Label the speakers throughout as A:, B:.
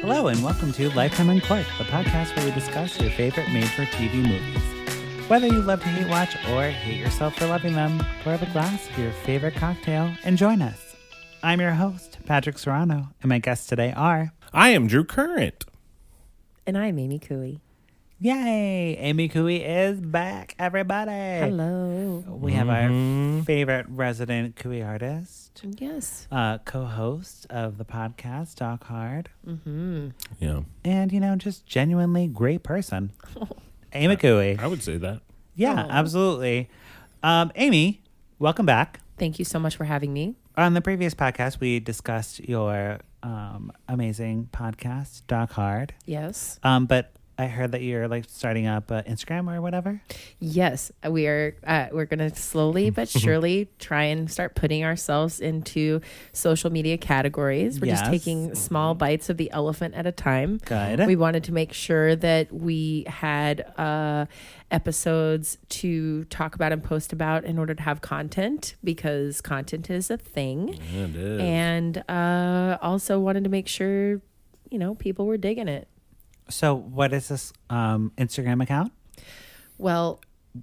A: Hello, and welcome to Lifetime Uncorked, the podcast where we discuss your favorite major TV movies. Whether you love to hate watch or hate yourself for loving them, pour up a glass of your favorite cocktail and join us. I'm your host, Patrick Serrano, and my guests today are
B: I am Drew Current.
C: And I'm Amy Cooey.
A: Yay! Amy Cooey is back, everybody!
C: Hello.
A: We have our favorite resident Cooey artist,
C: Yes.
A: uh, co host of the podcast, Doc Hard,
B: Yeah,
A: and, you know, just genuinely great person. Amy Cooey.
B: I would say that.
A: Yeah,
C: Oh.
A: absolutely. Um, Amy, welcome back.
C: Thank you so much for having me.
A: On the previous podcast, we discussed your um, amazing podcast, Doc Hard.
C: Yes.
A: Um, but I heard that you're like starting up uh, Instagram or whatever.
C: Yes, we are. Uh, we're going to slowly but surely try and start putting ourselves into social media categories. We're
A: Yes.
C: just taking small bites of the elephant at a time.
A: Good.
C: We wanted to make sure that we had uh, episodes to talk about and post about in order to have content because content is a thing.
B: It is.
C: and uh, also wanted to make sure you know people were digging it.
A: So, what is this um, Instagram account?
C: Well,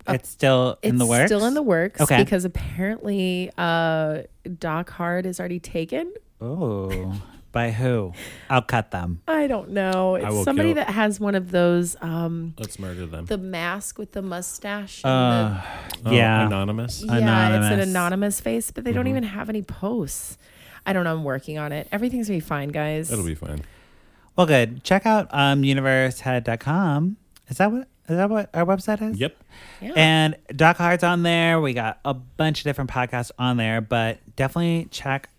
A: it's still
C: Uh, it's
A: in the works.
C: still in the works
A: Okay.
C: because apparently uh, Doc Hard is already taken.
A: Oh, by who? I'll cut them.
C: I don't know.
B: will
C: It's somebody
B: kill-
C: that has one of those um,
B: Let's murder them.
C: the mask with the mustache. and
A: Uh,
B: Oh,
A: yeah.
B: anonymous.
C: the, yeah, it's
A: anonymous. Mm-hmm.
C: an anonymous face, but they don't even have any posts. I don't know. I'm working on it. Everything's gonna be fine, guys.
B: It'll be fine.
A: Well, good. Check out um, universehead.com. Is that what? Is that what our website is?
B: Yep.
C: Yeah.
A: And Doc Hart's on there. We got a bunch of different podcasts on there, but definitely check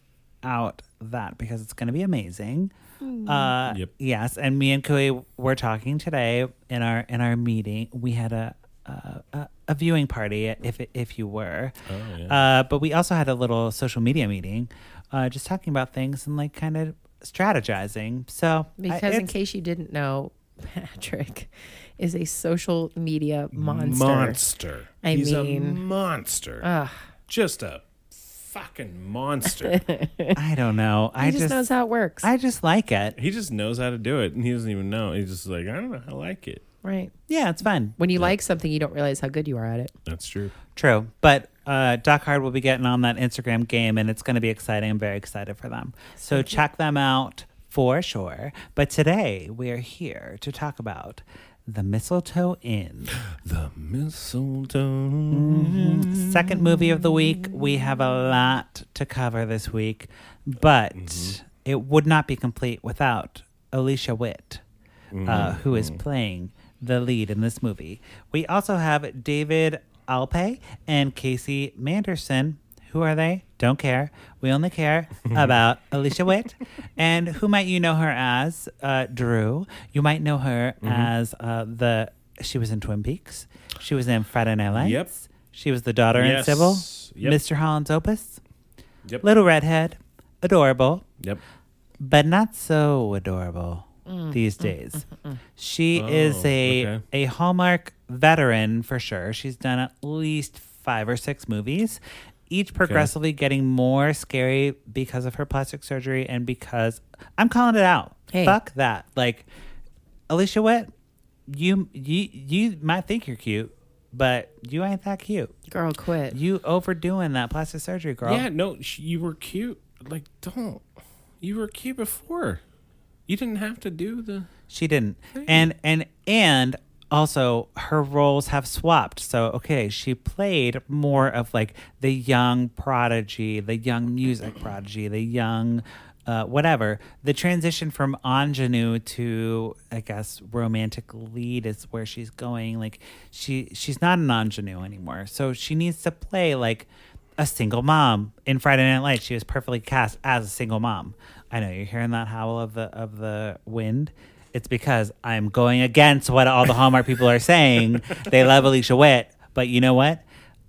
A: out that because it's going to be amazing.
C: Mm.
A: Uh,
B: Yep.
A: Yes, and me and Kui were talking today in our in our meeting. We had a a, a- a viewing party, if if you were,
B: Oh, yeah.
A: uh, but we also had a little social media meeting, uh, just talking about things and like kind of strategizing. So I-
C: Because in
A: it's-
C: case you didn't know, Patrick is a social media monster.
B: Monster.
C: I
B: He's a
C: mean-
B: monster. Just a fucking monster.
A: I don't know.
C: He
A: I
C: just,
A: just,
C: knows how it works.
A: I just like it.
B: he just knows how to do it, and he doesn't even know. He's just like, I don't know. I like it.
C: right.
A: Yeah, it's fun.
C: When you like something, you don't realize how good you are at it.
B: That's true.
A: True, but uh, Doc Hard will be getting on that Instagram game, and it's going to be exciting. I'm very excited for them. So check them out for sure. But today we are here to talk about the Mistletoe Inn,
B: The mistletoe.
A: Mm-hmm. second movie of the week. We have a lot to cover this week, but it would not be complete without Alicia Witt, uh, who is playing the lead in this movie. We also have David Alpe and Casey Manderson. Who are they? Don't care. We only care about Alicia Witt. And who might you know her as? Uh, Drew. You might know her as uh, the. She was in Twin Peaks. She was in Friday Night Lights.
B: Yep.
A: She was the daughter in
B: Yes.
A: Sybil.
B: Yep.
A: Mr. Holland's Opus.
B: Yep.
A: Little redhead. Adorable
B: Yep.
A: but not so adorable these days. She is
B: Oh,
A: a
B: okay.
A: a Hallmark veteran for sure. She's done at least five or six movies, each progressively getting more scary because of her plastic surgery and because I'm calling it out.
C: Hey.
A: Fuck that. Like Alicia Witt, you you you might think you're cute, but you ain't that cute.
C: Girl, quit.
A: You overdoing that plastic surgery, girl.
B: Yeah. No, sh- you were cute. Like, don't. You were cute before. You didn't have to do the.
A: She didn't. And and and also her roles have swapped. So okay, she played more of like the young prodigy, the young music prodigy, the young uh, whatever. The transition from ingenue to I guess romantic lead is where she's going. Like she she's not an ingenue anymore. So she needs to play like a single mom in Friday Night Lights. She was perfectly cast as a single mom. I know you're hearing that howl of the of the wind. It's because I'm going against what all the Hallmark people are saying. They love Alicia Witt, but you know what?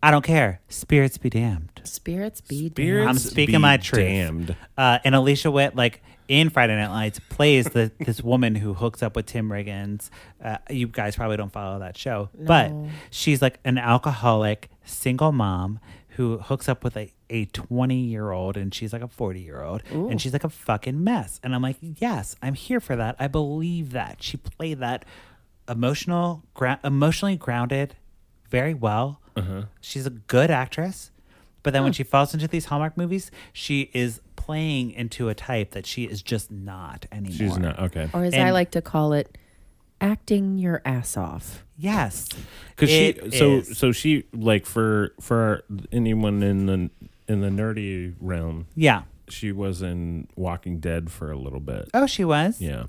A: I don't care. Spirits be damned.
C: Spirits be
B: Spirits
A: I'm
B: be
A: speaking my truth.
B: Damned.
A: Uh, and Alicia Witt, like in Friday Night Lights, plays the, this woman who hooks up with Tim Riggins. Uh, you guys probably don't follow that show, but she's like an alcoholic single mom who hooks up with a, a 20 year old and she's like a 40 year old and she's like a fucking mess. And I'm like, yes, I'm here for that. I believe that. She played that emotional, gra- emotionally grounded very well. She's a good actress. But then when
B: Hmm.
A: she falls into these Hallmark movies, she is playing into a type that she is just not anymore.
B: She's not okay.
C: Or as I
A: And-
C: like to call it, acting your ass off.
A: Yes.
B: because she
A: It
B: so
A: is.
B: so she like for for anyone in the in the nerdy realm
A: yeah.
B: she was in walking dead for a little bit
A: Oh, she was.
B: yeah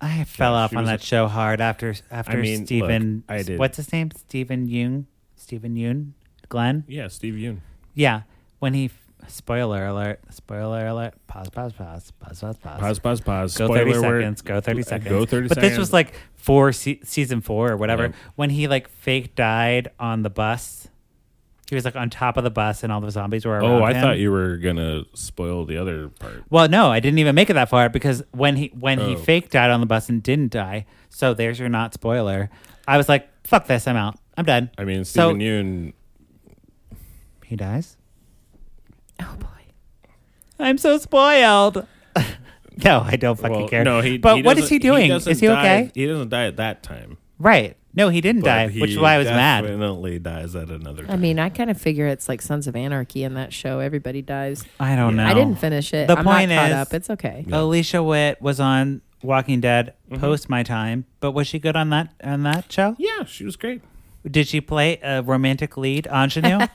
A: I fell
B: Yeah,
A: off
B: she
A: on
B: was
A: that
B: a-
A: show hard after after
B: I mean, look,
A: Stephen.
B: I did.
A: What's his name? Stephen Yoon. Stephen Yoon. Glenn.
B: yeah steve yoon
A: Yeah. When he. Spoiler alert. Spoiler alert. Pause. Pause. Pause. Pause. Pause. Pause.
B: pause pause pause
A: Go
B: Spoiler
A: thirty
B: word.
A: seconds. Go thirty seconds.
B: go 30
A: but this
B: seconds.
A: was like four se- season four or whatever.
B: Yeah.
A: When he like fake died on the bus, he was like on top of the bus and all the zombies were around
B: oh i
A: him.
B: thought you were gonna spoil the other part
A: Well, no, I didn't even make it that far because when he when he
B: Oh.
A: fake died on the bus and didn't die, so there's your not spoiler. I was like, fuck this, I'm out. I'm done.
B: i mean
A: So-
B: steven yoon
A: He dies.
C: Oh boy.
A: I'm so spoiled. no, I don't fucking
B: well,
A: care.
B: no he
A: but what is
B: doesn't-
A: he doing?
B: doesn't
A: is he
B: die-
A: okay?
B: he doesn't die at that time
A: Right. No, he didn't
B: but
A: die,
B: he
A: which is why I was mad.
B: definitely dies at another time
C: I mean, I kind of figure it's like Sons of Anarchy in that show. Everybody dies.
A: I don't know.
C: I didn't finish it.
A: The
C: I'm
A: point
C: not caught
A: is-
C: up. It's okay.
A: Alicia Witt was on Walking Dead post my time, but was she good on that on that show?
B: Mm-hmm. yeah she was great
A: Did she play a romantic lead, ingenue?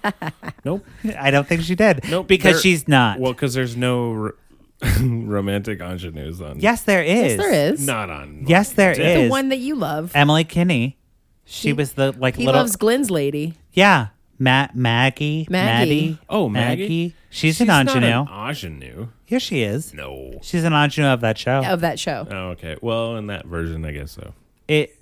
B: nope
A: I don't think she did.
B: Nope,
A: because
B: there-
A: she's not.
B: well because there's no r- romantic ingenues on
A: Yes, there is.
C: Yes, there is.
B: not on
A: Yes, there is.
B: It's
C: The one that you love.
A: Emily Kinney. She
C: He-
A: was the like
C: He
A: little
C: loves Glenn's lady.
A: yeah. Matt Maggie,
C: Maggie.
A: Maddie.
B: Oh, Maggie?
A: She's, an ingenue.
B: ingenue.
A: Here she is.
B: No.
A: She's an ingenue of that show.
C: Of that show.
B: Oh, okay. Well, in that version, I guess so.
A: It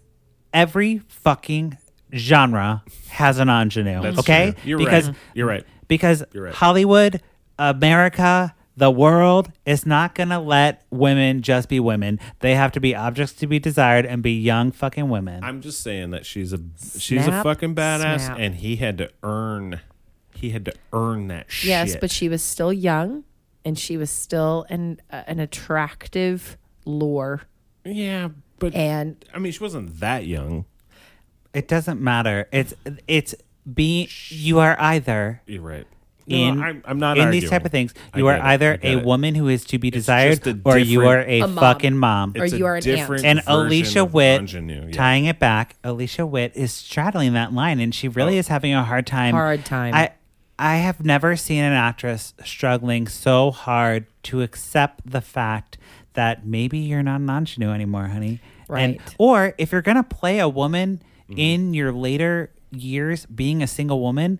A: every fucking genre has an ingenue.
B: That's
A: okay,
B: true. You're
A: because
B: right. You're right.
A: because
B: You're right.
A: Hollywood, America, the world is not gonna let women just be women. They have to be objects to be desired and be young fucking women.
B: I'm just saying that she's a she's a
C: Snap,
B: fucking badass,
C: snap.
B: and he had to earn he had to earn that shit.
C: Yes, but she was still young, and she was still an uh, an attractive lure.
B: yeah, but
C: And
B: I mean, she wasn't that young.
A: It doesn't matter. It's it's being you are either
B: You're right. No,
A: in
B: I'm, I'm not
A: in
B: arguing.
A: these type of things.
B: I
A: You are
B: get it. I
A: either
B: get
A: a
B: it.
A: woman who is to be
B: just a
A: desired, or you are a,
B: different-
C: A mom.
A: fucking mom.
C: Or you
B: a
C: are an
B: different
C: aunt.
A: and
B: version
A: Alicia
B: of
A: Witt,
B: ingenue, yeah.
A: tying it back, Alicia Witt is straddling that line, and she really
B: Oh.
A: is having a hard time.
C: Hard time.
A: I I have never seen an actress struggling so hard to accept the fact that maybe you're not an ingenue anymore, honey. And,
C: Right.
A: or if you're gonna play a woman
B: Mm-hmm.
A: in your later years, being a single woman.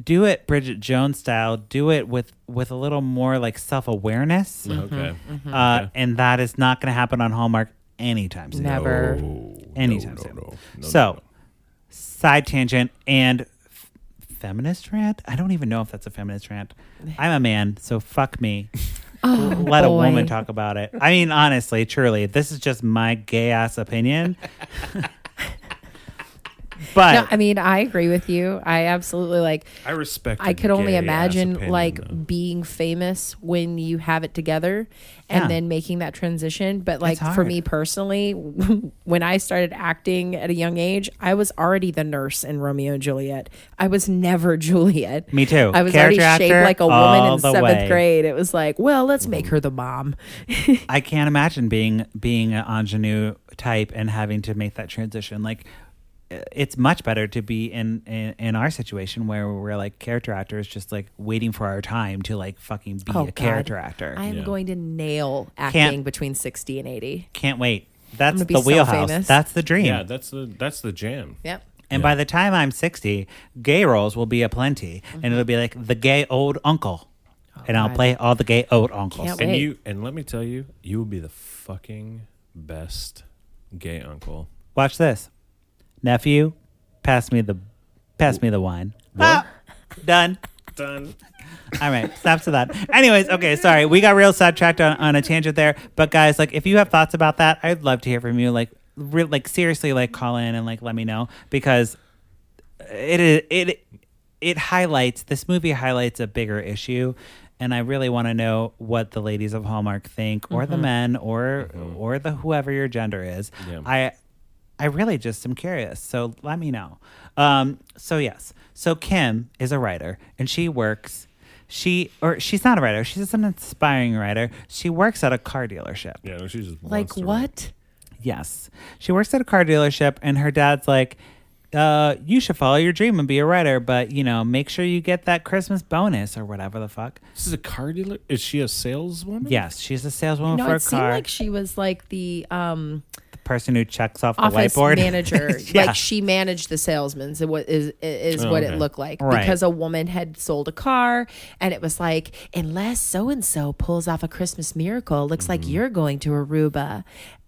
A: Do it Bridget Jones style. Do it with with a little more like self awareness.
C: Mm-hmm,
B: Okay.
A: Uh, And that is not going to happen on Hallmark anytime soon.
C: never.
B: Oh,
A: Anytime
B: no,
A: soon.
B: no, no, no,
A: so,
B: no.
A: side tangent and f- feminist rant. I don't even know if that's a feminist rant. I'm a man, so fuck me. Let a
C: Oh, boy.
A: woman talk about it. I mean, honestly, truly, this is just my gay ass opinion. but
C: No, I mean, I agree with you. I absolutely like.
B: I respect.
C: I
B: a
C: could only
B: gay-ass
C: imagine
B: opinion,
C: like
B: though.
C: being famous when you have it together and
A: Yeah.
C: then making that transition. But like for
A: hard.
C: me personally, when I started acting at a young age, I was already the nurse in Romeo and Juliet. I was never Juliet.
A: Me too.
C: I was
A: Character
C: already shaped
A: actor
C: like a woman
A: all
C: in
A: the
C: seventh
A: way. Mm-hmm.
C: grade. It was like, well, let's make her the mom.
A: I can't imagine being being an ingenue type and having to make that transition. Like, uh, it's much better to be in in, in our situation where we're like character actors, just like waiting for our time to like fucking be a
C: Oh, God.
A: character actor.
C: I am
B: Yeah.
C: going to nail acting
A: Can't-
C: between sixty and eighty.
A: can't wait. That's
C: gonna be
A: the
C: so
A: wheelhouse.
C: famous.
A: That's the dream.
B: yeah, that's the that's the jam.
C: Yep.
A: and by the time I'm sixty, gay roles will be a plenty, and it'll be like the gay old uncle, and I'll
C: Oh, God.
A: play all the gay old uncles.
C: Can't
B: And
C: Wait.
B: you and let me tell you, you will be the fucking best gay uncle.
A: Watch this, nephew. Pass me the, pass me the wine. Ah, done.
B: Done.
A: All right, stop to that. Anyways, okay, sorry, we got real sidetracked on, on a tangent there. But guys, like, if you have thoughts about that, I'd love to hear from you. Like, re- like seriously, like call in and like let me know because it is it it highlights this movie highlights a bigger issue and i really want to know what the ladies of hallmark think or the men or or the whoever your gender is
B: Yeah.
A: i i really just am curious so let me know um so yes so kim is a writer and she works she or she's not a writer she's just an inspiring writer she works at a car dealership
B: Yeah, no, she just wants
C: Like
B: to write.
C: what?
A: Yes. She works at a car dealership, and her dad's like, uh, you should follow your dream and be a writer, but you know, make sure you get that Christmas bonus or whatever the fuck.
B: This is a car dealer. Is she a saleswoman?
A: Yes, she's a saleswoman
C: No,
A: Oh, for a
C: Mm. it seemed
A: car.
C: like she was like the um,
A: the person who checks off the
C: office
A: whiteboard.
C: manager.
A: Yeah.
C: Like she managed the salesmen. Is what is is
B: Oh,
C: what
B: okay.
C: it looked like
A: Right.
C: because a woman had sold a car, and it was like unless so and so pulls off a Christmas miracle, looks
A: Mm-hmm.
C: like you're going to Aruba.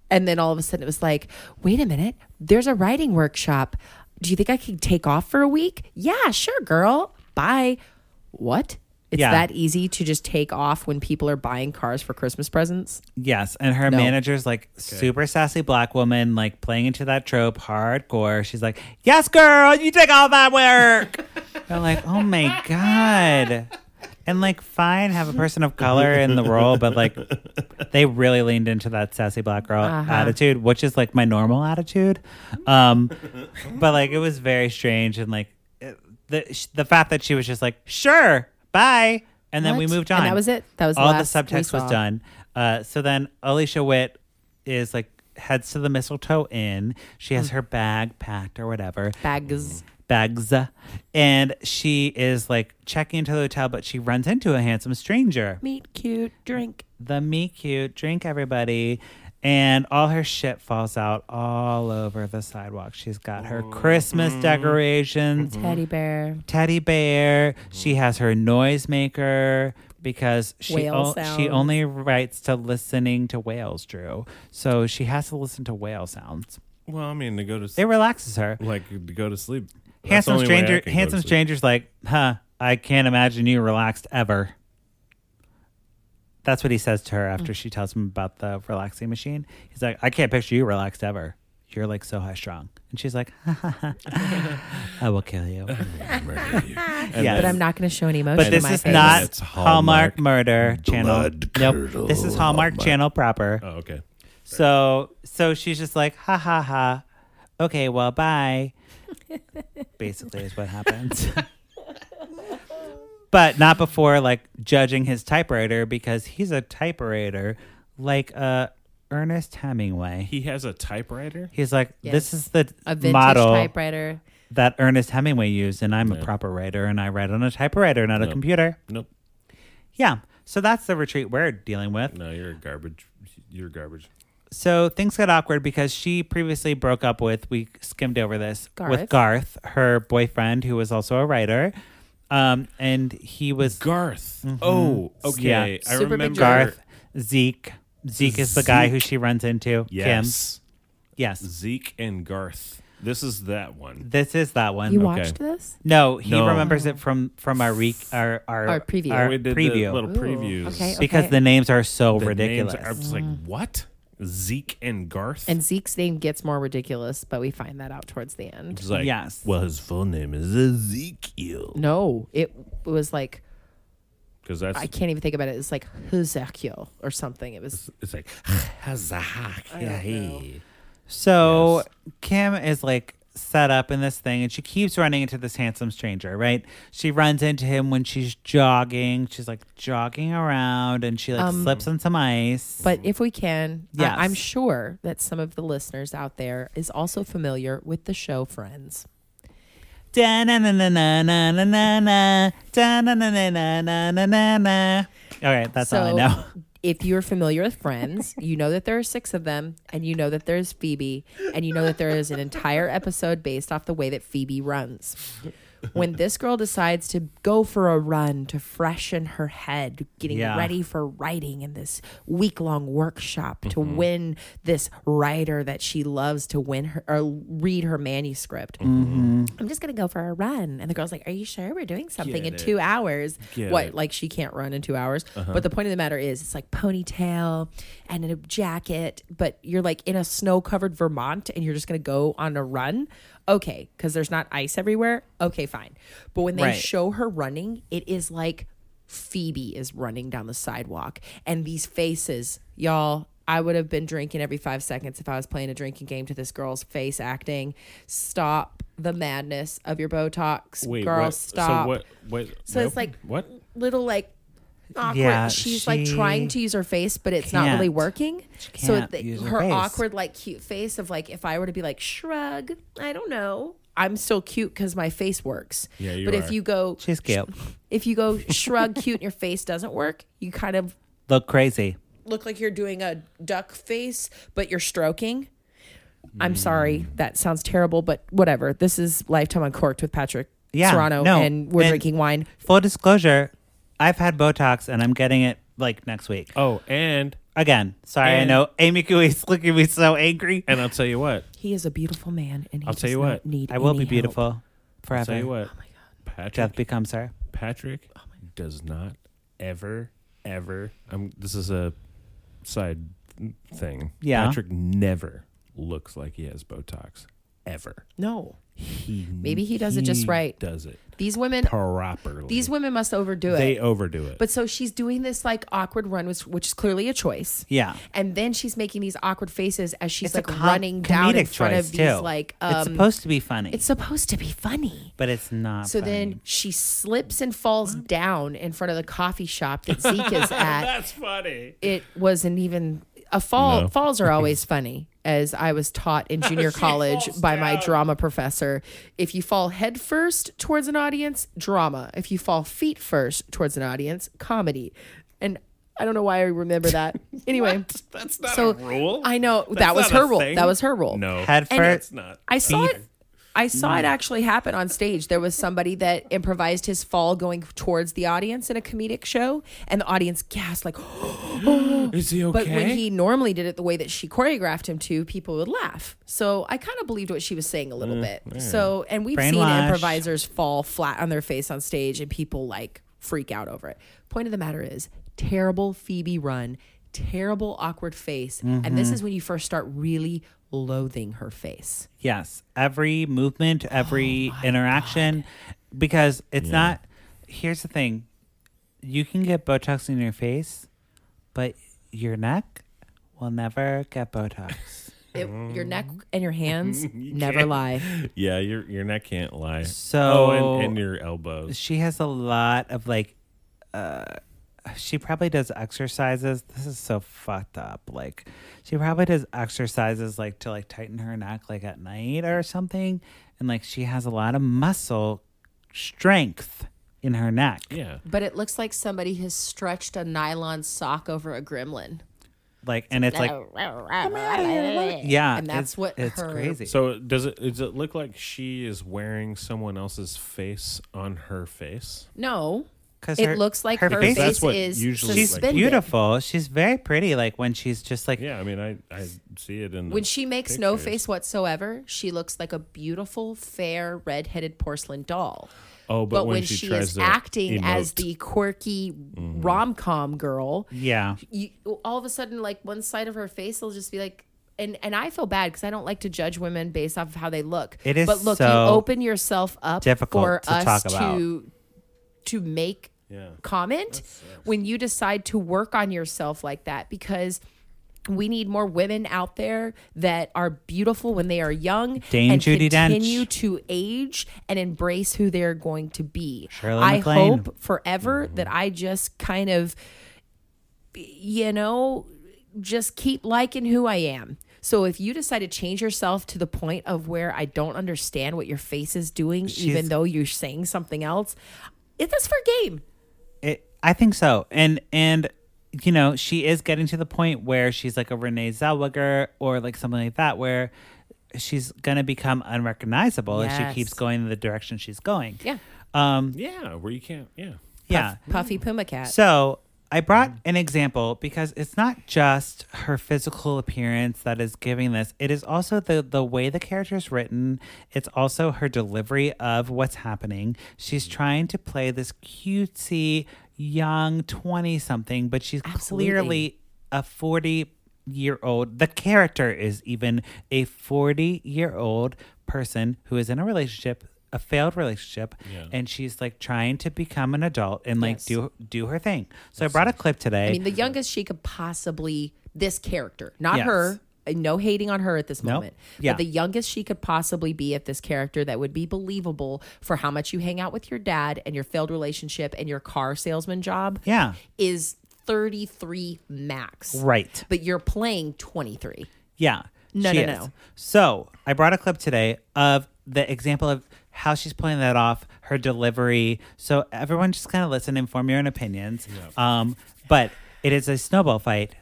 C: And then all of a sudden it was like, wait a minute, there's a writing workshop. Do you think I could take off for a week? Yeah, sure, girl. Bye. What? It's
A: Yeah.
C: that easy to just take off when people are buying cars for Christmas presents?
A: yes, and her manager's like super sassy black woman, like playing into that trope hardcore. She's like, "Yes, girl, you take all that work." They're like, "Oh my god." And like, fine, have a person of color in the role, but like, they really leaned into that sassy black girl
C: Uh-huh.
A: attitude, which is like my normal attitude. Um, but like, it was very strange, and like, it- the the fact that she was just like, sure, bye, and then we
C: What?
A: moved on.
C: And that was it. That was the
A: all
C: last
A: the
C: we
A: subtext was
C: saw.
A: done. Uh, so then Alicia Witt is like heads to the mistletoe inn. She has her bag packed or whatever
C: Bags.
A: bags and she is like checking into the hotel but she runs into a handsome stranger
C: Meet cute, drink.
A: the me cute drink everybody and all her shit falls out all over the sidewalk she's got her christmas decorations
C: Teddy bear.
A: teddy bear she
B: Mm.
A: has her noisemaker because she
C: Whale
A: o- she
C: sounds.
A: only writes to listening to whales drew so she has to listen to whale sounds
B: Well, I mean, to go to s-
A: it relaxes her
B: like to go to sleep. That's the
A: handsome
B: only way I
A: stranger
B: can go to
A: handsome
B: sleep.
A: stranger's like huh i can't imagine you relaxed ever that's what he says to her after
C: Mm.
A: she tells him about the relaxing machine he's like i can't picture you relaxed ever you're like so high strong and she's like i will kill you
B: Murder you. And
A: Yeah.
B: then-
C: But I'm not going to show any emotion.
A: but
C: in
A: this
C: my
A: is
C: face.
A: not
B: It's
A: hallmark,
B: Hallmark
A: murder channel
B: blood
A: nope
B: curdle
A: this is hallmark, channel proper
B: Oh, okay.
A: so so she's just like ha ha ha okay well bye basically is what happens but not before like judging his typewriter because he's a typewriter like uh ernest hemingway
B: He has a typewriter.
A: he's like this
C: Yes.
A: is the
C: a vintage
A: model
C: typewriter.
A: that ernest hemingway used and i'm a
B: Yeah.
A: proper writer and i write on a typewriter not a
B: No.
A: computer
B: Nope.
A: yeah so that's the retreat we're dealing with
B: No, you're garbage. You're garbage.
A: so things got awkward because she previously broke up with we skimmed over this with
C: Garth.
A: Garth, her boyfriend who was also a writer, um, and he was
B: Garth. Oh, okay.
A: Mm-hmm. Yeah.
B: I
C: Super big
B: remember
A: Garth Zeke. Zeke is the guy who
B: Zeke.
A: she runs into. Kim.
B: Yes,
A: Yes.
B: Zeke and Garth. This is that one.
A: This is that one.
C: You
B: Okay.
C: watched this?
A: no, he
B: No.
A: remembers it from from our re- our, our
C: Our preview.
A: our
B: we did
A: preview
B: the little
C: Ooh,
B: previews.
C: okay, okay.
A: because the names are so
B: The names
A: ridiculous.
B: are- I was like, what? Zeke and Garth.
C: And Zeke's name gets more ridiculous, but we find that out towards the end.
B: It's like,
A: Yes.
B: Well, his full name is Ezekiel.
C: No, it was like
B: Because that's
C: I can't even think about it. It's like Ezekiel or something. It was
B: it's like
A: So Kim is like set up in this thing and she keeps running into this handsome stranger, right? She runs into him when she's jogging. She's like jogging around and she like slips on some ice.
C: But if we can,
A: Yes.
C: I, am sure that some of the listeners out there is also familiar with the show Friends.
A: Da-na-na-na-na-na-na-na. Da-na-na-na-na-na-na-na. All right, that's all I know.
C: if you're familiar with Friends, you know that there are six of them, and you know that there's Phoebe, and you know that there is an entire episode based off the way that Phoebe runs. When this girl decides to go for a run to freshen her head, getting
A: Yeah.
C: ready for writing in this week long workshop to
A: Mm-hmm.
C: win this writer that she loves to win her or read her manuscript.
A: Mm-hmm.
C: I'm just gonna go for a run. And the girl's like, Are you sure we're doing something
B: Get
C: in
B: it.
C: two hours?
B: Get
C: what,
B: it.
C: like she can't run in two hours?
B: Uh-huh.
C: But the point of the matter is it's like ponytail and a jacket, but you're like in a snow covered Vermont and you're just gonna go on a run. Okay, because there's not ice everywhere. Okay, okay, fine. But when they
A: Right.
C: show her running, it is like Phoebe is running down the sidewalk, and these faces, y'all. I would have been drinking every five seconds if I was playing a drinking game to this girl's face acting. Stop the madness of your Botox,
B: Wait,
C: girl.
B: what?
C: Stop
B: So what? What?
C: So it's like-
B: what?
C: little like awkward.
A: Yeah,
C: She's like
A: she
C: trying to use her face, but it's not really
A: can't.
C: working.
A: She
C: so
A: can't
C: the,
A: use her
C: her
A: face.
C: awkward, like cute face of like if I were to be like shrug, I don't know. I'm still cute because my face works.
B: Yeah, you
C: But if
B: are.
C: you go,
A: She's cute.
C: if you go shrug cute and your face doesn't work, you kind of
A: Look crazy.
C: look like you're doing a duck face, but you're stroking. I'm sorry,
B: Mm.
C: that sounds terrible, but whatever. This is Lifetime Uncorked with Patrick
A: Yeah,
C: Serrano,
A: no,
C: and we're
A: and-
C: drinking wine.
A: Full disclosure, I've had Botox and I'm getting it like next week.
B: Oh, and
A: Again, sorry, I
B: And-
A: know Amy Gooey's looking at me so angry.
B: and I'll tell you what.
C: He is a beautiful man, and he
B: I'll
C: does
B: tell you
C: not
B: what,
C: Need
A: I will be
C: any help.
A: beautiful forever.
B: I'll tell you
C: Oh
B: what.
A: Death
B: Patrick.
A: becomes her.
B: Patrick does not ever, ever. I'm. This is a side thing.
A: Yeah.
B: Patrick never looks like he has Botox ever.
C: No,
B: He
C: Maybe he does it just right.
B: Does it
C: these women,
B: properly.
C: these women must overdo it.
B: they overdo it.
C: but so she's doing this like awkward run, which, which is clearly a choice.
A: Yeah.
C: And then she's making these awkward faces as she's like
A: com-
C: running down in
A: comedic
C: front of
A: choice, too.
C: these like.
A: it's
C: Um,
A: supposed to be funny,
C: it's supposed to be funny.
A: but it's not.
C: So
A: funny.
C: then she slips and falls down in front of the coffee shop that Zeke is at.
B: That's funny.
C: It wasn't even a fall.
B: No.
C: Falls are always funny, as I was taught in junior college
B: falls
C: by my
B: down.
C: drama professor. If you fall head first towards an audience, drama. If you fall feet first towards an audience, comedy. And I don't know why I remember that. Anyway,
B: That's not
C: so
B: a rule.
C: I know
B: That's
C: that was
B: not a
C: her rule.
B: thing.
C: That was her rule.
B: No.
A: head
C: And
A: first.
B: it's not.
C: I saw
A: Beef.
C: it. I saw
B: Mm.
C: it actually happen on stage. There was somebody that improvised his fall going towards the audience in a comedic show, and the audience gasped like.
B: Is he okay?
C: But when he normally did it the way that she choreographed him to, people would laugh. So I kind of believed what she was saying a little bit. So and we've seen
A: Brainwash.
C: improvisers fall flat on their face on stage, and people like freak out over it. Point of the matter is terrible Phoebe run, terrible awkward face, and this is when you first start really loathing her face.
A: Yes, every movement,
C: Oh
A: every interaction, because it's not. Here's the thing: you can get Botox in your face, but your neck will never get Botox.
C: It, your neck and your hands never lie.
B: yeah, your your neck can't lie.
A: So-
B: oh, and, and your elbows.
A: she has a lot of like. Uh, she probably does exercises. This is so fucked up. Like, she probably does exercises like to like tighten her neck like at night or something, and like she has a lot of muscle strength in her neck.
B: Yeah.
C: But it looks like somebody has stretched a nylon sock over a gremlin.
A: Like, and it's like Yeah,
C: And that's
A: it's-
C: what
A: it's
C: her-
A: crazy.
B: So does it does it look like she is wearing someone else's face on her face?
C: No.
A: 'Cause
C: it
A: her-
C: looks like her,
A: her face-
C: face,
B: That's what
C: is
B: usually-
A: she's
C: suspended.
A: beautiful. She's very pretty. Like when she's just like
B: Yeah, I mean, I I see it in the
C: When she makes no
B: pictures.
C: face whatsoever, she looks like a beautiful, fair, red-headed porcelain doll.
B: Oh,
C: But, when, she,
B: tries
C: is
B: to
C: acting as
B: emote.
C: the quirky rom-com girl,
A: yeah.
C: you, all of a sudden like one side of her face will just be like and and I feel bad because I don't like to judge women based off of how they look.
A: It is
C: but look, you
A: so
C: open yourself up
A: difficult
C: for
A: to
C: us
A: talk
C: to to make
B: Yeah.
C: comment when you decide to work on yourself like that because we need more women out there that are beautiful when they are young
A: Dame
C: and
A: Judi Dench.
C: continue to age and embrace who they're going to be.
A: Shirley
C: I
A: MacLaine.
C: hope forever that I just kind of you know, just keep liking who I am. So if you decide to change yourself to the point of where I don't understand what your face is doing, even though you're saying something else, it, that's for game.
A: It, I think so. And and you know she is getting to the point where she's like a Renee Zellweger or like something like that where she's gonna become unrecognizable if
C: Yes.
A: she keeps going in the direction she's going.
C: Yeah.
A: Um.
B: Yeah, where you can't. Yeah.
A: Yeah.
C: Puffy Puma Cat.
A: Uh, So I brought an example because it's not just her physical appearance that is giving this. It is also the the way the character is written. It's also her delivery of what's happening. She's trying to play this cutesy young twenty something, but she's
C: Absolutely.
A: clearly a forty year old. The character is even a forty year old person who is in a relationship a failed relationship
B: Yeah.
A: and she's like trying to become an adult and like
C: Yes.
A: do do her thing. So I brought a clip today.
C: I mean, the youngest she could possibly this character, not
A: Yes.
C: her. No hating on her at this
A: Nope.
C: moment.
A: Yeah.
C: But the youngest she could possibly be at this character that would be believable for how much you hang out with your dad and your failed relationship and your car salesman job
A: yeah.
C: is 33 max.
A: Right.
C: But you're playing 23.
A: Yeah.
C: No,
A: she
C: no,
A: is.
C: no.
A: So I brought a clip today of the example of how she's pulling that off, her delivery. So everyone just kind of listen and form your own opinions. Um, but it is a snowball fight.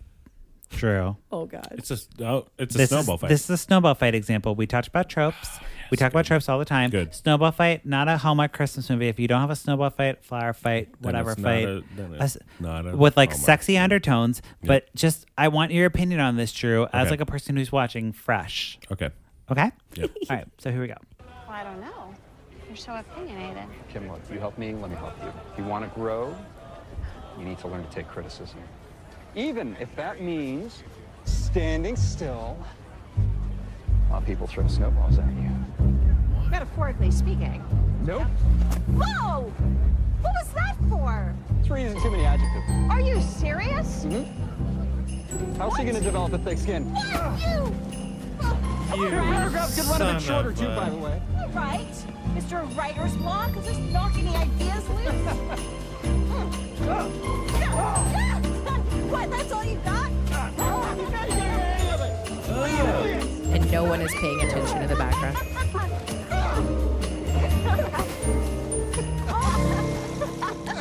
A: Drew.
C: Oh, God.
B: It's a oh, it's a
A: this
B: snowball
A: is,
B: fight.
A: This is a snowball fight example. We talked about tropes. we talk about tropes all the time.
B: Good.
A: Snowball fight, not a Hallmark Christmas movie. If you don't have a snowball fight, flower fight, whatever
B: it's not
A: fight,
B: a- then
A: a s-
B: it's not a
A: with like
B: Hallmark
A: sexy undertones. But just, I want your opinion on this, Drew, as like a person who's watching fresh.
B: okay.
A: Okay.
B: Yep.
A: all right. So here we go.
D: Well, I don't know. You're so opinionated.
E: Kim, look, you help me, let me help you. You want to grow, you need to learn to take criticism. Even if that means standing still. A lot of people throw snowballs at you.
D: Metaphorically speaking.
E: Nope.
D: Whoa! What was that for?
E: Three isn't too many adjectives.
D: Are you serious?
E: How's she going to develop a thick skin?
D: What? You!
B: You
E: Paragraphs could run
B: son
E: a bit shorter,
B: of
E: too,
B: a-
E: by the way.
D: All right. Mr. Writer's Block, is this knock any ideas loose? what? That's all you got?
C: And no one is paying attention to the background.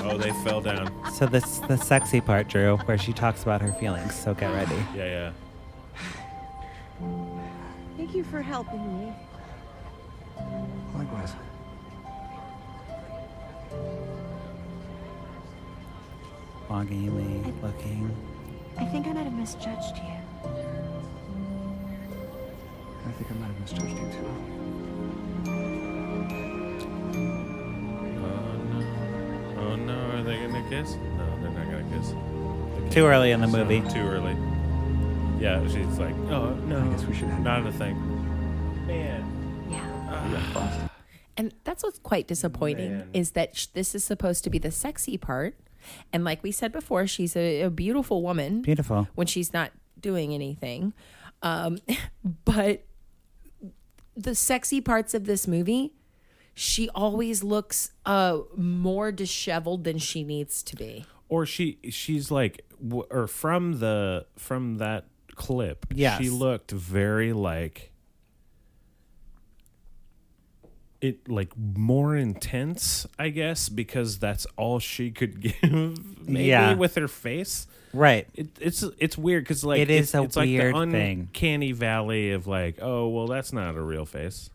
B: Oh, they fell down.
A: So this the sexy part, Drew, where she talks about her feelings. So get ready.
B: Yeah, yeah.
D: Thank you for helping me.
E: Likewise.
A: Longingly looking.
D: I think I might have misjudged you.
E: I think I might have misjudged you, too.
B: Oh no. Oh no. Are they gonna kiss? No, they're not gonna kiss.
A: Too early in the movie.
B: Too early. Yeah, she's like, oh no.
E: I guess we should hang
B: Not a thing. Man.
C: And that's what's quite disappointing
B: Man.
C: is that sh- this is supposed to be the sexy part. And like we said before, she's a, a beautiful woman.
A: Beautiful.
C: when she's not doing anything. Um, but the sexy parts of this movie, she always looks uh, more disheveled than she needs to be.
B: Or she she's like, w- or from the from that clip,
A: Yes.
B: she looked very like. It like more intense, I guess, because that's all she could give. Maybe
A: Yeah.
B: with her face.
A: Right.
B: It, it's it's weird because like
A: It is
B: it's,
A: a
B: it's
A: weird
B: like the
A: thing.
B: uncanny valley of like oh well that's not a real face,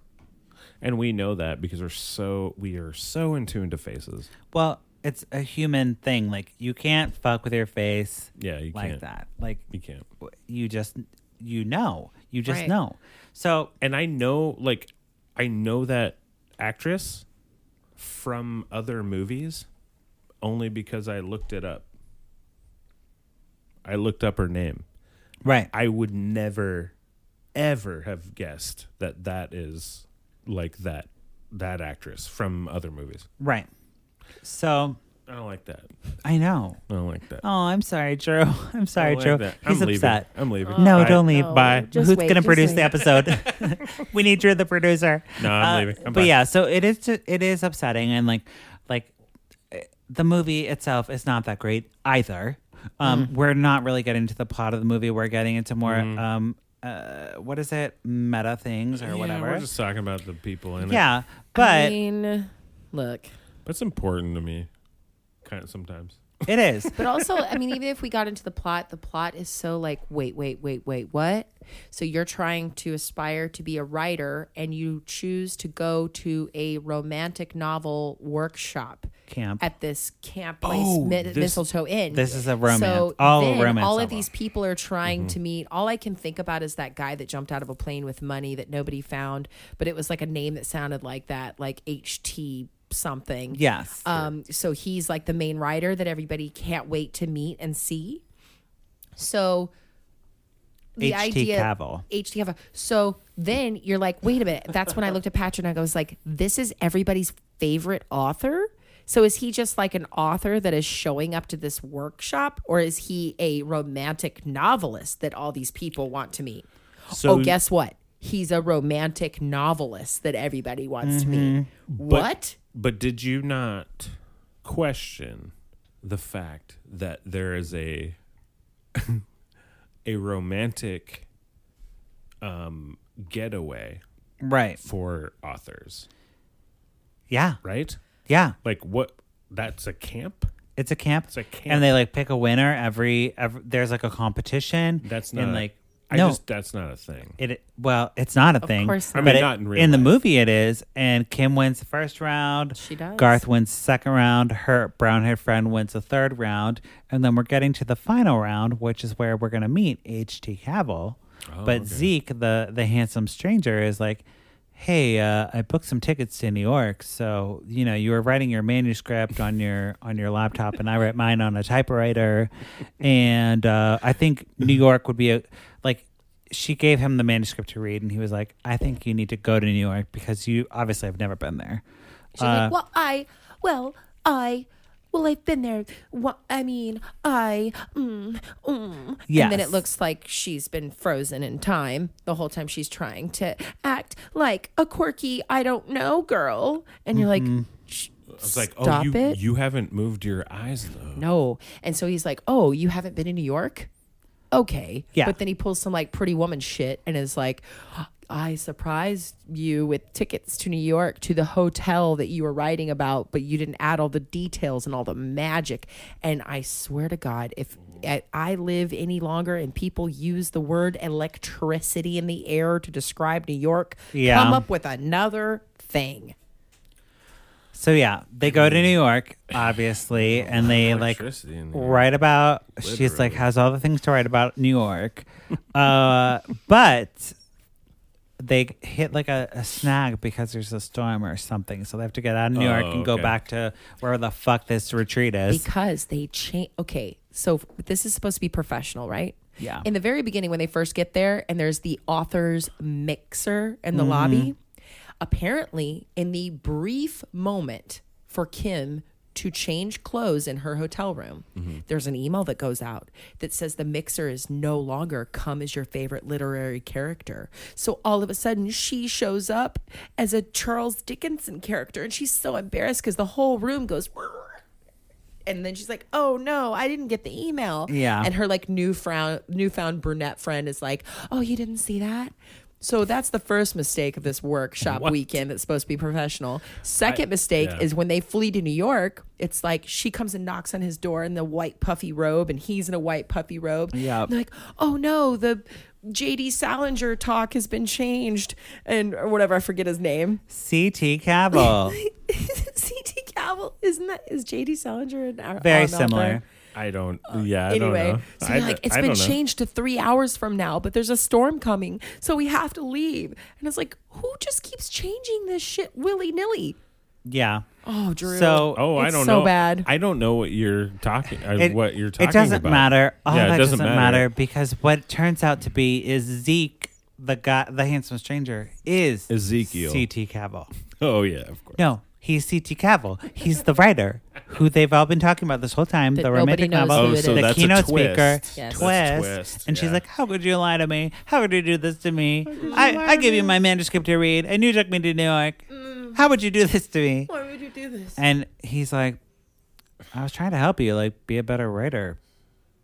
B: and we know that because we're so we are so in tune to faces.
A: Well, it's a human thing. Like you can't fuck with your face
B: Yeah, you
A: like
B: can't.
A: that. Like
B: You can't.
A: you just you know. You just
C: Right.
A: know. So
B: And I know like I know that actress from other movies only because I looked it up. I looked up her name.
A: right.
B: I would never, ever have guessed that that is like that that actress from other movies.
A: Right. So
B: I don't like that.
A: I know.
B: I don't like that.
A: Oh, I'm sorry, Drew. I'm sorry,
B: like
A: Drew.
B: that.
A: He's
B: I'm
A: upset.
B: Leaving. I'm leaving.
A: No,
B: Bye.
A: don't leave.
C: No,
B: Bye.
C: just
A: Who's
C: wait,
A: gonna
C: just
A: produce
C: wait.
A: the episode? we need Drew, the producer. Uh,
B: No, I'm leaving. I'm
A: but
B: bye.
A: yeah, so it is. ju- It is upsetting, and like, like, eh, the movie itself is not that great either. Um,
C: Mm.
A: We're not really getting into the plot of the movie. We're getting into more,
B: Mm-hmm.
A: um, uh, what is it, meta things or
B: Yeah,
A: whatever.
B: We're just talking about the people in it.
A: yeah, but
C: I mean, look.
B: That's important to me. Kind of sometimes.
A: it is.
C: But also, I mean, even if we got into the plot, the plot is so like, wait, wait, wait, wait, what? So you're trying to aspire to be a writer and you choose to go to a romantic novel workshop
A: Camp.
C: at this camp place,
B: Oh,
C: mi-
B: this-
C: Mistletoe Inn.
A: this is a romance.
C: So
A: All romance
C: then
A: Mm-hmm.
C: All of
A: novel.
C: these people are trying to meet. All I can think about is that guy that jumped out of a plane with money that nobody found, but it was like a name that sounded like that, like HT something.
A: Yes.
C: Um, so he's like the main writer that everybody can't wait to meet and see. So the
A: H.T.
C: idea
A: Cavill.
C: H.T. Cavill. So then you're like, wait a minute. That's when I looked at Patrick and I was like, this is everybody's favorite author. So is he just like an author that is showing up to this workshop, or is he a romantic novelist that all these people want to meet?
B: So-
C: oh, guess what? He's a romantic novelist that everybody wants to meet. What?
B: But did you not question the fact that there is a a romantic um, getaway
A: Right.
B: for authors,
A: Yeah.
B: right?
A: Yeah.
B: Like what? That's a camp.
A: It's a camp.
B: It's a camp.
A: And they like pick a winner every, every there's like a competition.
B: That's
A: and,
B: not
A: like
B: I
A: no.
B: just that's not a thing.
A: it well, it's not a thing.
C: course
B: not. I
A: but
B: mean,
A: it-
B: not in real
A: the
B: life.
A: movie it is. And Kim wins the first round.
C: She does.
A: Garth wins second round. Her brown haired friend wins the third round. And then we're getting to the final round, which is where we're gonna meet H. T. Cavill. but Zeke, the the handsome stranger, is like Hey, uh, I booked some tickets to New York. So you know, you were writing your manuscript on your on your laptop, and I wrote mine on a typewriter. And uh, I think New York would be a like. She gave him the manuscript to read, and he was like, "I think you need to go to New York because you obviously have never been there."
C: She's
A: Uh,
C: like, well, I, well, I, well, I've been there. What I mean, I, mm, mm. And then
A: Yes.
C: it looks like she's been frozen in time the whole time she's trying to act like a quirky, I don't know girl. And you're like, "Sh-
B: It's like,
C: stop
B: oh, you
C: it.
B: you haven't moved your eyes though.
A: Oh.
C: no. And so he's like, oh, you haven't been in New York? Okay.
A: Yeah.
C: But then he pulls some like pretty woman shit and is like, I surprised you with tickets to New York to the hotel that you were writing about, but you didn't add all the details and all the magic. And I swear to God, if I, I live any longer and people use the word electricity in the air to describe New York,
A: Yeah.
C: come up with another thing.
A: So yeah, they go to New York, obviously, and they like
B: Electricity in New Oh, York.
A: write about. She's like
B: Literally.
A: has all the things to write about New York, uh, but they hit like a, a snag because there's a storm or something, so they have to get out of New York
B: Oh,
A: and go
B: okay.
A: back to where the fuck this retreat is.
C: because they change. Okay, so f- this is supposed to be professional, right?
A: Yeah.
C: In the very beginning, when they first get there, and there's the author's mixer in the lobby. Apparently, in the brief moment for Kim to change clothes in her hotel room, there's an email that goes out that says the mixer is no longer come as your favorite literary character. So all of a sudden, she shows up as a Charles Dickinson character, and she's so embarrassed because the whole room goes. And then she's like, "Oh no, I didn't get the email."
A: Yeah.
C: And her like new frown, newfound brunette friend is like, "Oh, you didn't see that." So that's the first mistake of this workshop
B: What?
C: weekend that's supposed to be professional. Second mistake
B: yeah.
C: is when they flee to New York, it's like she comes and knocks on his door in the white puffy robe and he's in a white puffy robe.
A: Yeah.
C: And they're like, "Oh no, the JD Salinger talk has been changed and or whatever, I forget his name."
A: C.T. Cavill,
C: CT Cavill isn't that is JD Salinger uh, and our
A: very
C: Arnold, right?
A: similar.
B: I don't. Yeah, I
C: Uh, anyway,
B: don't know.
C: so
B: I
C: you're
B: d-
C: like, it's
B: I
C: been
B: don't know.
C: changed to three hours from now, but there's a storm coming, so we have to leave. And it's like, who just keeps changing this shit willy nilly?
A: Yeah.
C: Oh, Drew.
A: So
B: Oh, I
C: It's
B: don't
C: so
B: know.
C: bad.
B: I don't know what you're talking. uh,
A: It-
B: what you're talking
A: It doesn't
B: about.
A: matter. All
B: yeah,
A: that
B: it doesn't, matter.
A: because what turns out to be is Zeke, the guy, the handsome stranger, is
B: Ezekiel.
A: CT Cavill.
B: Oh yeah, of course.
A: No, he's CT Cavill. He's the writer who they've all been talking about this whole time.
C: That
A: the
C: nobody
A: romantic
C: knows
A: novel,
C: who Oh, it so is.
A: the
B: that's a
A: keynote
B: twist.
A: speaker,
B: Yes.
C: That's a
A: twist.
B: twist,
A: And she's
B: yeah.
A: like, "How could you lie to me? How could you do this to me? I, I gave you my manuscript to read, and you took me to New York. How would you do this to me?"
C: Mm. Why would you do this?
A: And he's like, I was trying to help you, like, be a better writer.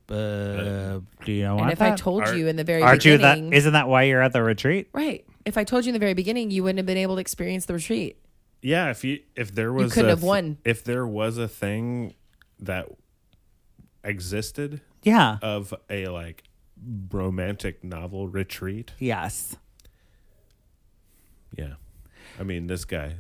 A: But uh, do you know what?
C: And if I told
B: Are-
C: you in the very
A: aren't you that?
C: beginning,
A: Isn't that why you're at the retreat?
C: right? If I told you in the very beginning, you wouldn't have been able to experience the retreat.
B: Yeah, if you if there was
C: couldn't
B: a
C: have
B: th-
C: won.
B: If there was a thing that existed
A: Yeah.
B: of a like romantic novel retreat,
A: yes.
B: yeah. I mean, this guy.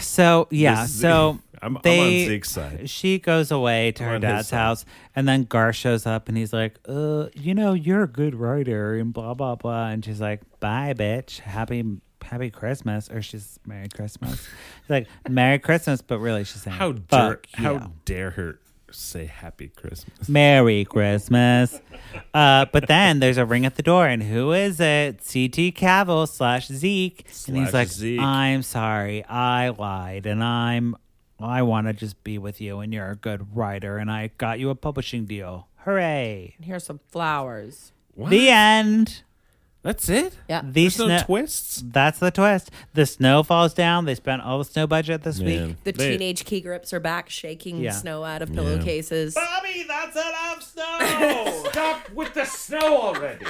A: So yeah.
B: This-
A: so
B: I'm- I'm on
A: they,
B: Zeke's side.
A: She goes away to
B: I'm
A: her
B: on his
A: dad's
B: side.
A: house, and then Gar shows up, and he's like, "Uh, you know, you're a good writer," and blah blah blah. And she's like, "Bye, bitch. Happy." Happy Christmas, or she's Merry Christmas. She's like Merry Christmas, but really she's saying
B: How
A: fuck
B: dare how
A: you."
B: dare her say happy Christmas.
A: Merry Christmas. Uh, but then there's a ring at the door, and who is it? CT Cavill slash Zeke. and he's
B: Slash
A: like,
B: Zeke.
A: I'm sorry, I lied, and I'm I want to just be with you, and you're a good writer, and I got you a publishing deal. Hooray!
C: Here's some flowers.
B: What?
A: The end.
B: That's it?
C: Yeah.
A: The
B: There's no
A: snow-
B: twists?
A: That's the twist. The snow falls down. They spent all the snow budget this week.
B: Man,
C: The
B: they-
C: teenage key grips are back, shaking
A: Yeah.
C: snow out of pillowcases.
A: Bobby, that's enough snow.
F: Stop with the snow already.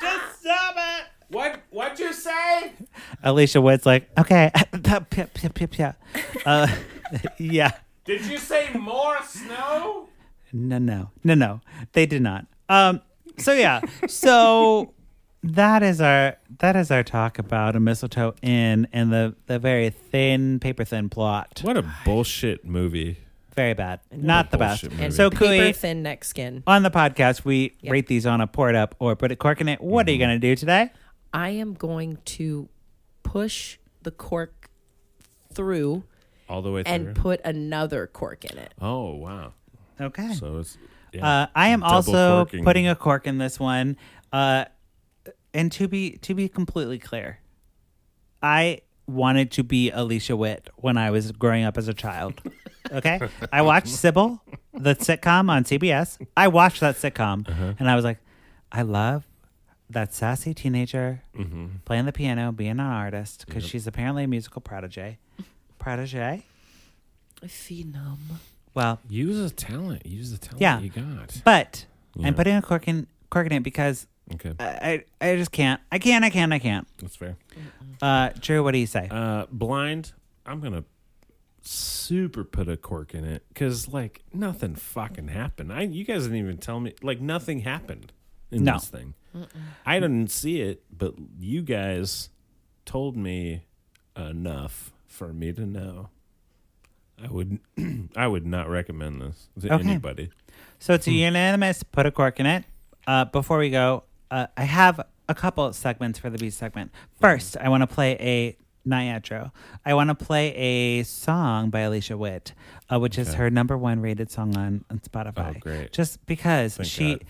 A: just stop it.
F: What? What'd you say?
A: Alicia Wood's like, okay, Pep, pep, pep, pep, yeah. Uh, yeah,
F: Did you say more snow?
A: no, no, no, no, they did not. Um, so yeah, so that is our that is our talk about a mistletoe inn and the the very thin, paper thin plot.
B: What a bullshit movie.
A: Very bad, not the best.
B: bullshit movie.
A: So
C: Paper
A: Cooey,
C: thin neck skin.
A: on the podcast, we rate these on a pour it up or put a cork in it. What
B: Mm-hmm.
A: are you gonna do today?
C: I am going to push the cork through
B: All the way
C: and
B: through.
C: put another cork in it.
B: oh, wow.
A: Okay.
B: So it's. Yeah.
A: Uh, I am
B: Double
A: also
B: corking.
A: putting a cork in this one. Uh, and to be to be completely clear, I wanted to be Alicia Witt when I was growing up as a child. Okay, I watched Sybil, the sitcom on CBS. I watched that sitcom,
B: Uh-huh.
A: and I was like, I love that sassy teenager
B: Mm-hmm.
A: playing the piano, being an artist, because she's apparently a musical prodigy. Prodigy.
C: Phenom.
A: Well,
B: use a talent. Use the talent
A: Yeah.
B: you got.
A: but
B: Yeah.
A: I'm putting a cork in cork in it because
B: Okay.
A: I, I I just can't. I can't. I can't. I can't.
B: That's fair.
A: Uh, Drew, what do you say?
B: Uh, blind. I'm gonna super put a cork in it because like nothing fucking happened. I you guys didn't even tell me like nothing happened in
A: No.
B: this thing. I didn't see it, but you guys told me enough for me to know. I would I would not recommend this to
A: Okay.
B: anybody.
A: so
B: hmm.
A: it's a unanimous. Put a cork in it. Uh, before we go, uh, I have a couple segments for the B segment. First, I want to play a Niatro. I want to play a song by Alicia Witt, uh, which is her number one rated song on, on Spotify.
B: Oh, great.
A: Just because
B: Thank
A: she.
B: God.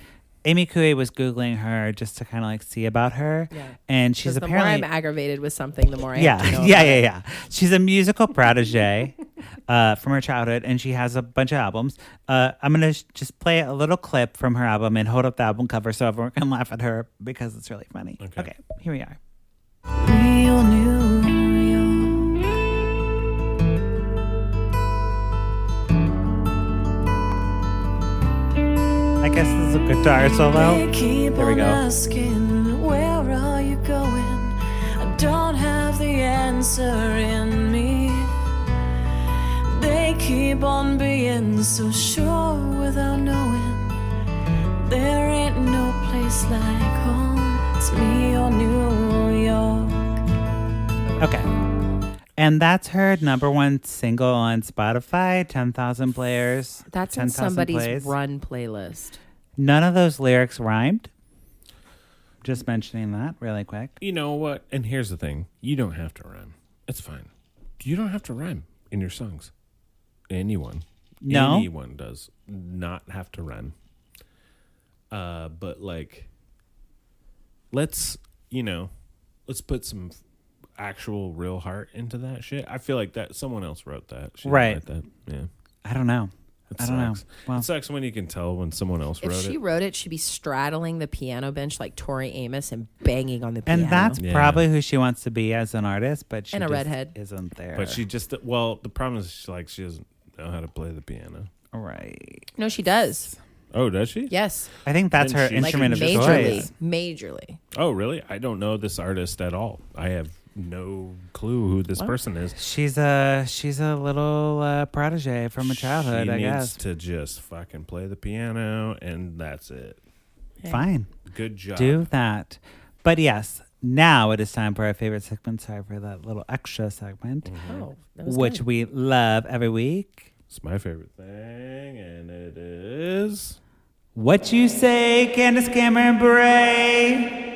A: Amy Cooey was googling her just to kind of like see about her,
C: Yeah.
A: and she's
C: Because the more
A: apparently
C: I'm aggravated with something, the more I have to know
A: yeah,
C: about
A: yeah,
C: it.
A: yeah, yeah. She's a musical protege uh, from her childhood, and she has a bunch of albums. Uh, I'm gonna sh- just play a little clip from her album and hold up the album cover so everyone can laugh at her because it's really funny. Okay, here we are.
G: Real New York.
A: I guess this is a guitar
G: They
A: solo.
G: keep
A: There we
G: on
A: go.
G: asking, where are you going? I don't have the answer in me. They keep on being so sure without knowing. There ain't no place like home. It's me or New York.
A: Okay, and that's her number one single on Spotify, ten thousand players.
C: That's in
A: 10,000
C: somebody's
A: plays.
C: run playlist.
A: None of those lyrics rhymed. Just mentioning that really quick.
B: You know what? And here's the thing: you don't have to rhyme. It's fine. You don't have to rhyme in your songs. Anyone,
A: No.
B: anyone does not have to rhyme. Uh, but like, let's you know, let's put some f- actual real heart into that shit. I feel like that someone else wrote that. She didn't
A: Right.
B: write that. Yeah.
A: I don't know.
B: It
A: I don't
B: sucks.
A: know. Well,
B: it sucks when you can tell when someone else
C: If
B: wrote
C: she
B: it.
C: wrote it, she'd be straddling the piano bench like Tori Amos and banging on the piano.
A: And that's
B: Yeah.
A: probably who she wants to be as an artist, but she
C: And a
A: just
C: redhead.
A: isn't there.
B: But she just well, the problem is she, like she doesn't know how to play the piano.
A: right.
C: no, she does.
B: Oh, does she?
C: Yes,
A: I think that's
B: Then
A: her
B: she-
C: like
A: instrument of
C: majorly,
A: choice.
C: majorly.
B: Oh, really? I don't know this artist at all. I have no clue who this person is.
A: She's a she's a little uh, protege from her childhood,
B: she
A: I
B: needs
A: guess.
B: to just fucking play the piano, and that's it.
A: Fine,
B: Good job.
A: do that. But yes, now it is time for our favorite segment. Sorry for that little extra segment,
B: Mm-hmm.
C: Oh, that was
A: which
C: good.
A: we love every week.
B: It's my favorite thing, and it is
C: Oh.
A: What you say, Candace Cameron Bray?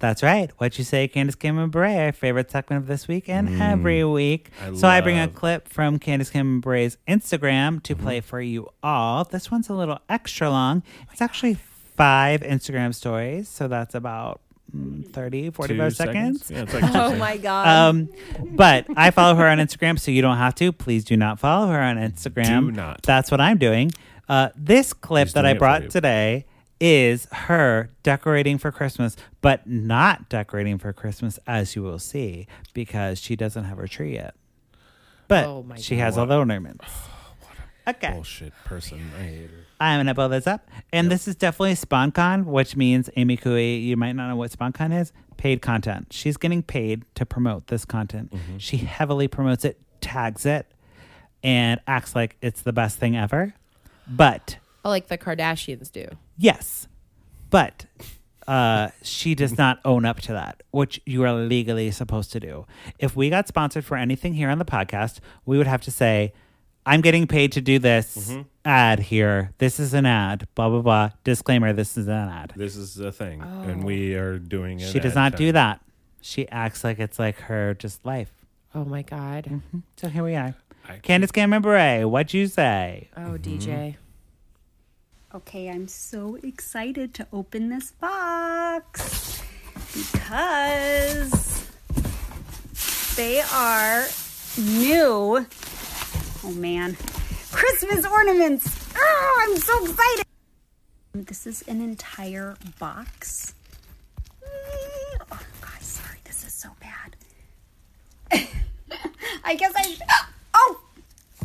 A: That's right. What you say, Candace Cameron Bray, our favorite segment of this week and every week.
B: Mm. I
A: so I bring a
B: love- Mm-hmm.
A: clip from Candace Cameron Bray's Instagram to play for you all. This one's a little extra long. It's actually five Instagram stories, so that's about mm, 30, 45 seconds. Oh
B: Yeah, it's like two seconds.
C: Oh god.
A: Um, but I follow her on Instagram, so you don't have to. Please do not follow her on Instagram.
B: Do not.
A: That's what I'm doing. Uh, this clip
B: She's
A: that I
B: doing it for you.
A: brought today is her decorating for Christmas, but not decorating for Christmas, as you will see, because she doesn't have her tree yet. But
C: Oh my
A: she has all the ornaments. Okay.
B: Bullshit person. I hate her.
A: I'm gonna blow this up. And this is definitely SpawnCon, which means Amy Cooey, you might not know what SpawnCon is, paid content. She's getting paid to promote this content. She heavily promotes it, tags it, and acts like it's the best thing ever. But
C: like the Kardashians do.
A: yes, but uh, she does not own up to that, which you are legally supposed to do. If we got sponsored for anything here on the podcast, we would have to say, I'm getting paid to do this
B: Mm-hmm.
A: ad here. This is an ad, blah, blah, blah. Disclaimer this is an ad.
B: This is the thing, and we are doing it.
A: Oh. She does
B: at
A: not
B: time.
A: do that. She acts like it's like her just life.
C: Oh my god.
A: So here we are.
B: I-
A: Candace Cameron Bure, what'd you say?
C: Oh DJ.
H: Okay, I'm so excited to open this box because they are new. Oh man, Christmas ornaments. Oh, I'm so excited. This is an entire box. Oh god, sorry, this is so bad. I guess I. Oh,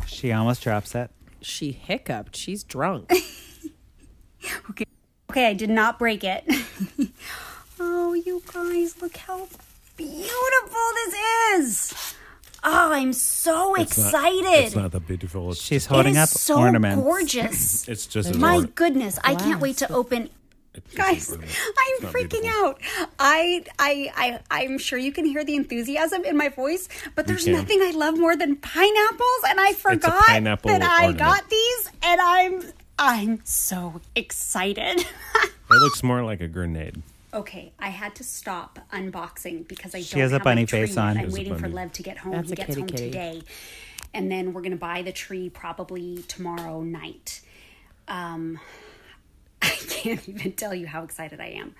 A: She almost drops it.
C: She hiccuped. She's drunk.
H: Okay, I did not break it. oh, you guys, look how beautiful this is. Oh, I'm so
B: It's not-
H: excited.
B: it's not that beautiful. It's,
A: She's
H: It
A: holding
H: is
A: up
H: so
A: ornaments.
H: gorgeous.
B: it's just an
H: My
B: orna-
H: goodness, I can't wait to open
B: it's just an
H: guys
B: ornament. It's
H: i'm
B: not
H: freaking
B: beautiful.
H: out I, I i i'm sure you can hear the enthusiasm in my voice but there's
B: can.
H: nothing i love more than pineapples and i forgot
B: pineapple
H: that i
B: ornament.
H: got these and i'm i'm so excited
B: It looks more like a grenade.
H: Okay, I had to stop unboxing because I
A: She
H: don't
A: has a
H: have
A: bunny
H: my tree
A: face
H: yet.
A: on.
H: I'm
A: There's
B: a
H: waiting for
B: bunny.
H: Lev to get home.
C: That's
H: he
C: a
H: gets
C: kitty
H: home
C: kitty.
H: today, and then we're gonna buy the tree probably tomorrow night. Um, I can't even tell you how excited I am.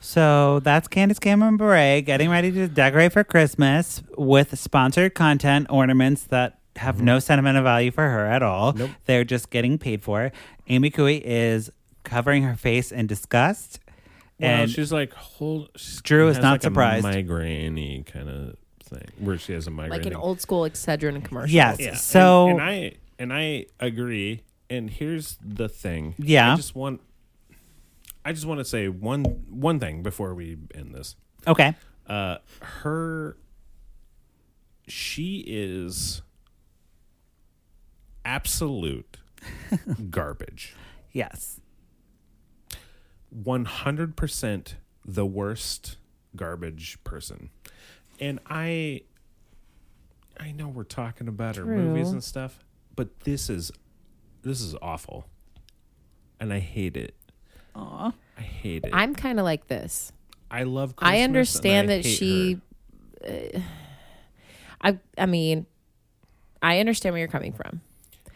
A: So that's Candace Cameron Bure getting ready to decorate for Christmas with sponsored content ornaments that have no
B: Mm-hmm.
A: sentimental value for her at all. They're just getting paid for. Amy Cooey is covering her face in disgust.
B: Well,
A: and
B: she's like, hold. She
A: Drew is
B: has
A: not
B: like
A: surprised.
B: A migraine kind of thing, where she has a migraine.
C: like an
B: thing.
C: old school Excedrin commercial.
A: yes.
B: Yeah.
A: So
B: and, and I and I agree. And here's the thing.
A: Yeah.
B: I just want. I just want to say one one thing before we end this.
A: okay.
B: Uh, her. She is. Absolute garbage.
A: Yes.
B: 100% the worst garbage person. And I I know we're talking about her movies and stuff, but this is this is awful. And I hate it. Aw. I hate it. i
C: I'm kind of like this.
B: love Christmas.
C: I
B: and
C: understand
B: I
C: that
B: hate
C: she uh,
B: her.
C: I I mean I understand where you're coming from.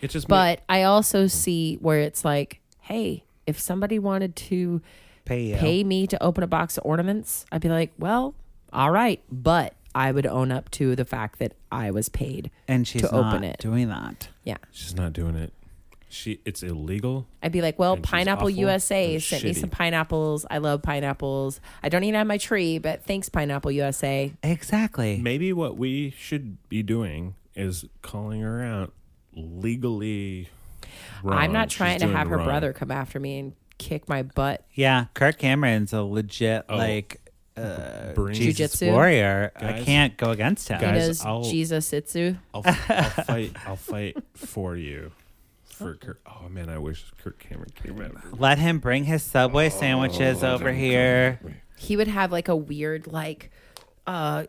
B: It just ma-
C: But I also see where it's like, hey, if somebody wanted to
A: Pay you.
C: pay me to open a box of ornaments, I'd be like, well, all right, but I would own up to the fact that I was paid.
A: and she's
C: to
A: not
C: open it.
A: doing that.
C: Yeah.
B: she's not doing it. She it's illegal.
C: I'd be like, well,
B: And she's
C: Pineapple
B: awful
C: USA
B: and
C: sent me some
B: shitty.
C: pineapples. I love pineapples. I don't even have my tree, but thanks, Pineapple USA.
A: Exactly.
B: Maybe what we should be doing is calling her out legally. Wrong.
C: I'm not
B: She's
C: trying to
B: doing
C: have her
B: wrong.
C: brother come after me and kick my butt.
A: Yeah. Kirk Cameron's a legit
B: Oh.
A: like
B: Bring-
A: Jesus
C: Jujitsu.
A: warrior. I
B: Guys.
A: can't go against him.
B: Guys,
C: He knows
B: I'll-
C: Jesus Itsu.
B: I'll, I'll fight. I'll fight for you. For Kirk. Oh man, I wish Kirk Cameron came out.
A: Let him bring his Subway
B: Oh,
A: sandwiches over here.
C: He would have like a weird like uh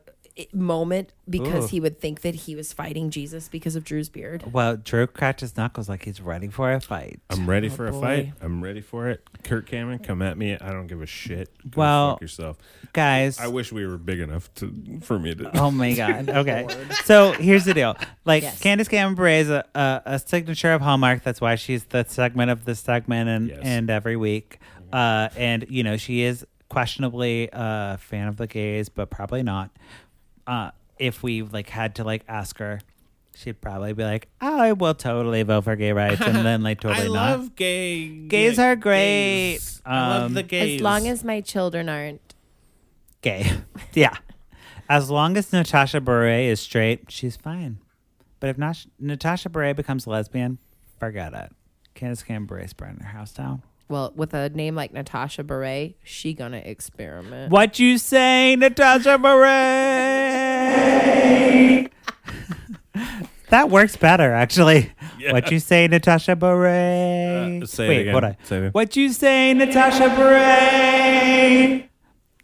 C: moment because
A: Ooh.
C: he would think that he was fighting Jesus because of Drew's beard.
A: Well, Drew cracked his knuckles like he's ready for a fight.
B: I'm ready for a
C: boy.
B: fight. I'm ready for it. Kurt Cameron, come at me. I don't give a shit. Go
A: Well-
B: fuck yourself.
A: Guys.
B: I wish we were big enough to for me to.
A: Oh my god. Okay. so here's the deal. Like
C: Yes.
A: Candace Cameron is a, a, a signature of Hallmark. That's why she's the segment of this segment and
B: Yes.
A: and every week. Uh, and you know she is questionably a fan of the gays, but probably not. Uh, if we like had to like ask her, she'd probably be like, "Oh, "I will totally vote for gay rights," and then like totally not.
B: gay.
A: Gays are great. gays. I love Um, the
B: gays.
C: As long as my children aren't.
A: gay. yeah. As long as Natasha Beret is straight, she's fine. But if Nash- Natasha Beret becomes lesbian, forget it. Candace Cameron Bure's burning her house down.
C: Well, with a name like Natasha Beret, she gonna experiment.
A: What you say, Natasha Beret? that works better, actually. What you say, Natasha Beret?
B: Uh, say it
A: Wait,
B: again.
A: hold on.
B: Say it again.
A: What you say, Natasha Beret?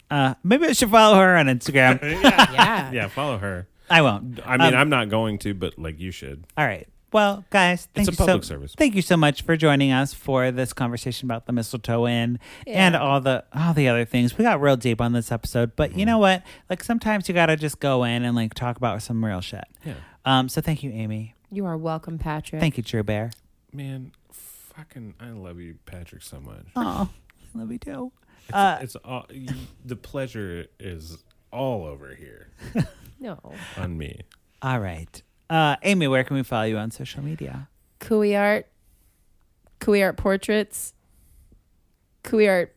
A: Uh, maybe I should follow her on Instagram.
C: Yeah.
B: yeah, follow her.
A: I won't.
B: I mean,
A: Um,
B: I'm not going to, but like you should.
A: All right. Well, guys, thank
B: a
A: you so-
B: public service.
A: Thank you so much for joining us for this conversation about the mistletoe inn and all the all the other things. We got real deep on this episode, but
B: Mm-hmm.
A: you know what? Like sometimes you gotta just go in and like talk about some real shit. Yeah. Um. So thank you, Amy.
C: You are welcome, Patrick.
A: Thank you, Drew Bear.
B: Man, fucking, I love you, Patrick, so much.
A: Oh, love you too.
B: It's,
A: Uh,
B: it's all, you, the pleasure is all over here
C: no.
B: on me.
A: All right. Uh, Amy, where can we follow you on social media?
C: Cooey art. Cooey art portraits. Cooey art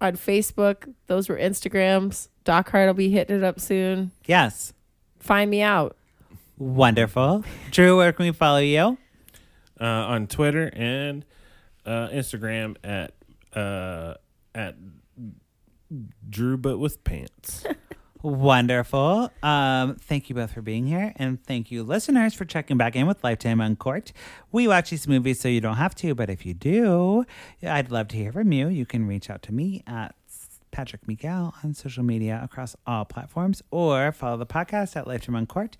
C: on Facebook. Those were Instagrams. Doc Hart will be hitting it up soon.
A: Yes.
C: Find me out.
A: Wonderful. Drew, where can we follow you?
B: uh, on Twitter and uh, Instagram at uh, at Drew but with pants.
A: Wonderful. Um, thank you both for being here. And thank you, listeners, for checking back in with Lifetime Uncorked. We watch these movies so you don't have to, but if you do, I'd love to hear from you. You can reach out to me at Patrick Miguel on social media across all platforms or follow the podcast at Lifetime Uncorked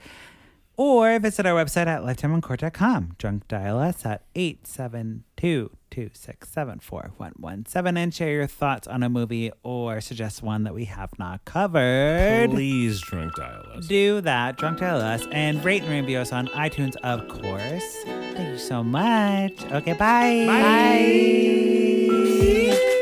A: or visit our website at lifetimeoncourt.com. Drunk dial us at 872-267-4117 and share your thoughts on a movie or suggest one that we have not covered.
B: Please drunk dial us.
A: Do that, drunk dial us, and rate and review us on iTunes, of course. Thank you so much. Okay, Bye. bye.